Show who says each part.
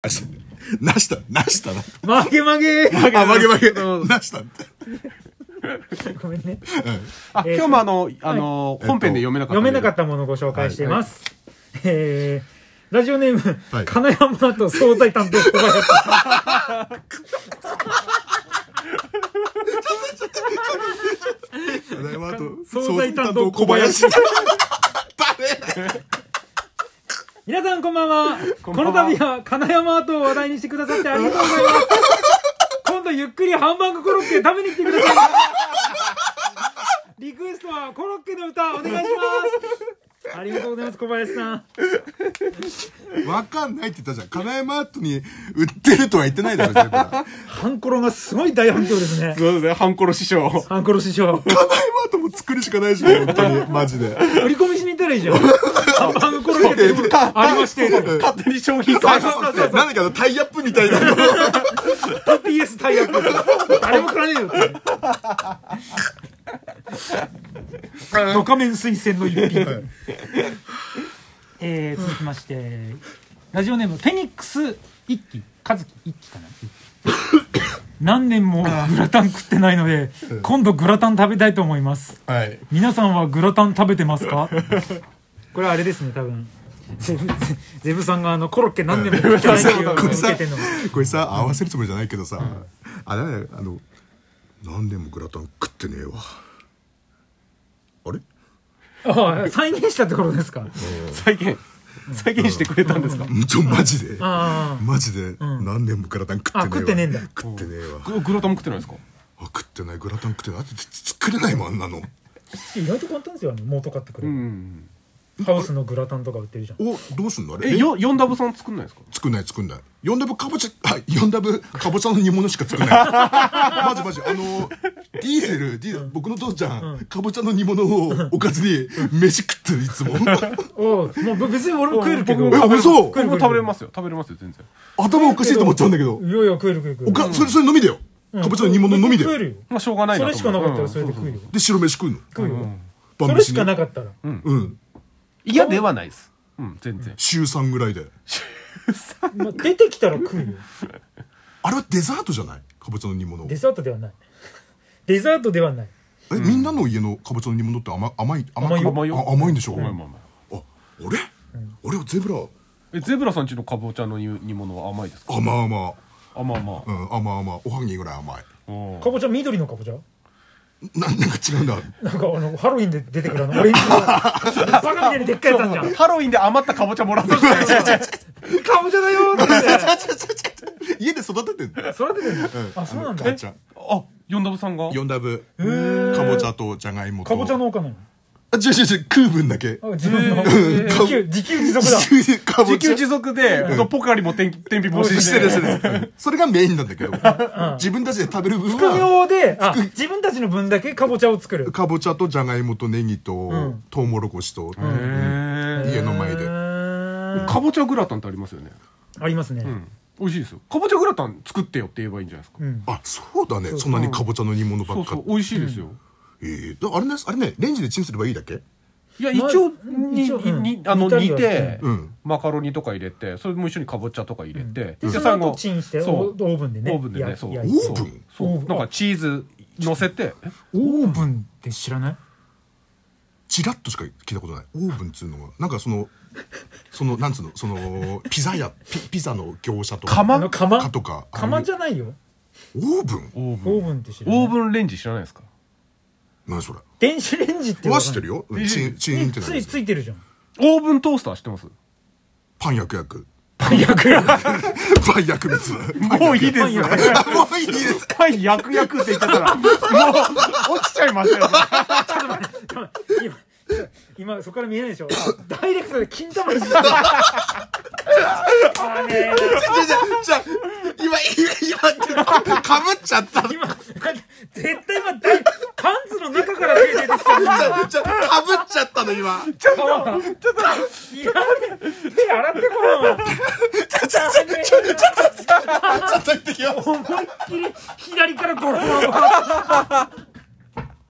Speaker 1: なした、なしたな。
Speaker 2: 曲げ曲げ
Speaker 1: あ、曲げ曲げ。
Speaker 2: どうぞ
Speaker 1: なしたって。
Speaker 2: ごめんね。
Speaker 3: あ、
Speaker 2: えー
Speaker 3: 今日もあの、あの、
Speaker 1: えっと
Speaker 3: 本編で読めなかった。
Speaker 2: 読めなかったものをご紹介しています。えー、ラジオネーム、
Speaker 1: はい
Speaker 2: 金山と惣菜担当小林。
Speaker 1: ただいまあと、
Speaker 2: 惣菜担当小 林。
Speaker 1: 誰
Speaker 2: 皆さんこんばんは。こ
Speaker 3: んばんは
Speaker 2: の度は金山アートを話題にしてくださってありがとうございます。今度ゆっくりハンバーグコロッケ食べに来てください。リクエストはコロッケの歌お願いします。ありがとうございます小林さん。
Speaker 1: わかんないって言ったじゃん。金山アートに売ってるとは言ってないだろ、絶対。金山ア
Speaker 2: ハンコロがすごい大反響ですね。
Speaker 3: そうですね、ハンコロ師匠。
Speaker 2: ハンコロ師匠。
Speaker 1: ートも作るしかないし、本当 に、マジで。
Speaker 2: 売り込みしに行ったらいいじゃん。ハンバーグコロッケっていうものがありまして。
Speaker 3: 勝手に商品開発させて。
Speaker 1: 何かのタイアップみたいなの。
Speaker 2: TPS タイアップ誰も食らねえよってドカメン推薦の一品えー、続きましてラジオネームフェニックス一輝和樹一輝かな何年もグラタン食ってないので今度グラタン食べたいと思います
Speaker 1: はい。
Speaker 2: 皆さんはグラタン食べてますか これあれですね多分ゼブゼ ゼブさんがあのコロッケ 何年も食ってないっていうのを
Speaker 1: これ
Speaker 2: 受
Speaker 1: さ
Speaker 2: けてんのが、
Speaker 1: これさ、合わせるつもりじゃないけどさ、あ、だめだよ、あの、何年もグラタン食ってねえわ。あれ
Speaker 2: ああ再現したってことですか
Speaker 3: 再現、再現してくれたんですか
Speaker 1: ちょ、 マジで。
Speaker 2: あ
Speaker 1: マジで、何年もグラタン食ってねえわ。
Speaker 2: あ食っ
Speaker 1: 食って
Speaker 2: てねえんだ
Speaker 1: ねえわ。
Speaker 3: ググラタンも食ってないですか
Speaker 1: あ、食ってない、グラタン食ってない。だって作れないもん、あんなの。
Speaker 2: あ 意外と簡単ですよね元買ってくれ
Speaker 3: う
Speaker 2: る、
Speaker 3: ん。
Speaker 2: ハウスのグラタンとか売ってるじゃん
Speaker 1: お、どうすんのあれ
Speaker 3: え、よ、ヨンダブさん作んないですか
Speaker 1: 作んない作んない4ダブかぼちゃあ4ダブかぼちゃの煮物しか作んない マジマジあのディーゼルディーゼル僕の父ちゃん、かぼちゃの煮物をおかずに飯食ってるいつも
Speaker 2: おうもう別に俺も食えるけど
Speaker 3: 僕も
Speaker 1: え嘘
Speaker 3: 僕も食べれますよ。食べれますよ、全然。
Speaker 1: 頭おかしいと思っちゃうんだけど
Speaker 2: いやいや食える食える食える
Speaker 1: おかそれそれのみだよ、かぼちゃの煮物のみで
Speaker 2: 食え
Speaker 1: で
Speaker 2: るよ
Speaker 3: まあ、しょうがない
Speaker 2: そ
Speaker 3: な
Speaker 2: れ
Speaker 3: と思
Speaker 2: し
Speaker 3: う。
Speaker 2: かなかった
Speaker 3: う
Speaker 2: ら
Speaker 3: ん
Speaker 2: それで食うよ
Speaker 1: 白飯食うの
Speaker 2: 食うよ
Speaker 1: 晩飯
Speaker 2: そ
Speaker 1: に
Speaker 2: れしかなかったら
Speaker 1: うん
Speaker 3: 嫌ではないです。うん、全然。
Speaker 1: 週3ぐらいで
Speaker 2: まあ出てきたら食うよ
Speaker 1: あれはデザートじゃないかぼちゃの煮物
Speaker 2: デザートではないデザートではない
Speaker 1: え、みんなの家のかぼちゃの煮物って甘甘い甘く
Speaker 3: 甘いよ
Speaker 1: あ甘いんでしょ、
Speaker 3: 甘い甘い
Speaker 1: あ
Speaker 3: 甘い
Speaker 1: あれ、あれはゼブラ
Speaker 3: え、ゼブラさんちのかぼちゃの煮煮物は甘いですか
Speaker 1: 甘々
Speaker 3: あ、まあま
Speaker 1: うん甘々おはぎぐらい甘い
Speaker 3: あ。うん
Speaker 2: かぼちゃ緑のかぼちゃ
Speaker 1: ななんか違うんだ
Speaker 2: なんかあのハロウィンで出てくるあのオレンジのバカみたいにでっかいやつあんじゃん
Speaker 3: ハロウィンで余ったかぼちゃもらった
Speaker 2: かぼちゃだよーって
Speaker 1: 家で育ててんの
Speaker 2: 育ててるのあそうなんだ
Speaker 1: かぼちゃ
Speaker 3: あ、ヨンダブさんが
Speaker 1: 4ダブかぼちゃとじゃがいもと
Speaker 2: かぼちゃ農家なの
Speaker 1: あ違う違う違う空分だけ
Speaker 2: あ自分の
Speaker 1: うん
Speaker 2: 自給自給自足だ
Speaker 1: 自給かぼ
Speaker 3: 自
Speaker 1: ち
Speaker 3: 給
Speaker 1: ゃ
Speaker 3: 自足で、ほんとポカリも天気天日干し
Speaker 1: してるしてるうんそれがメインなんだけど自分たちで食べる分
Speaker 2: 副
Speaker 1: は
Speaker 2: 業であ自分たちの分だけかぼちゃを作る
Speaker 1: かぼちゃとじゃがいもとネギと
Speaker 2: ん
Speaker 1: トウモロコシと
Speaker 3: へ
Speaker 1: 家の前
Speaker 2: へ
Speaker 1: で
Speaker 2: ー
Speaker 3: ーかぼちゃグラタンってありますよね。
Speaker 2: ありますね
Speaker 3: うん。美味しいですよ。かぼちゃグラタン作ってよって言えばいいんじゃないですか。
Speaker 2: うん
Speaker 1: あそうだねそんなにかぼちゃの煮物ば
Speaker 3: そ
Speaker 1: っ
Speaker 3: う
Speaker 1: か
Speaker 3: そう、美味しいですよ。
Speaker 1: えーだあれねあれねレンジでチンすればいいだけ
Speaker 3: いや、一
Speaker 2: まあ
Speaker 3: 応、
Speaker 2: うん
Speaker 3: に、
Speaker 2: 一応うん
Speaker 3: に、あの、
Speaker 2: 煮たり
Speaker 3: 煮
Speaker 2: は
Speaker 3: て
Speaker 1: うん、
Speaker 3: マカロニとか入れて、それも一緒にかぼちゃとか入れて、
Speaker 2: で
Speaker 3: で
Speaker 2: その後チンして
Speaker 3: そう
Speaker 2: オーブンでね
Speaker 3: オーブンでね、
Speaker 2: や
Speaker 3: そう。
Speaker 2: や
Speaker 1: オーブン
Speaker 3: そう
Speaker 2: オーブ
Speaker 3: そう。
Speaker 2: ン
Speaker 3: なんかチーズ乗せて、え
Speaker 2: オーブンって知らない
Speaker 1: チラッとしか聞いたことないオーブンっつうのはなんかそのそのなんつうのそのピザやピピザの業者とか
Speaker 2: あ
Speaker 3: 釜
Speaker 2: の釜
Speaker 1: かとか
Speaker 2: 釜じ
Speaker 1: ゃ
Speaker 2: ゃないよ
Speaker 1: オーブン
Speaker 2: オー
Speaker 3: オーブン。
Speaker 2: ブンって知らな
Speaker 3: オー
Speaker 2: い
Speaker 3: ブンレンジ知らないですか
Speaker 1: 何それ
Speaker 2: 電子レンジって
Speaker 1: は知ってる
Speaker 2: よ
Speaker 1: よチンチンってな
Speaker 2: つ
Speaker 1: る
Speaker 2: い
Speaker 1: やつ
Speaker 2: ついてるじゃん
Speaker 3: オーブントースター知ってます
Speaker 1: パン焼く焼く
Speaker 2: パン焼く や
Speaker 1: パン焼く蜜
Speaker 3: もういいですよ。
Speaker 1: あもういいです
Speaker 3: パン焼く焼くって言ってたら、もう、落ちちゃいましたよ。
Speaker 2: 今今そこから見えないでしょあダイレクトで金玉にしてたあねー
Speaker 1: じゃじゃ今今今ってかぶっちゃった
Speaker 2: 今、絶対今、だいパンツの中から出てきたんだよ。
Speaker 1: じゃかぶっちゃったの今
Speaker 3: ちょっと、ちょっと、
Speaker 2: いや、手洗ってこよ。
Speaker 1: ちょちょちょちょちょちょっと行ってきます
Speaker 2: 思いっきり左からゴロゴロ。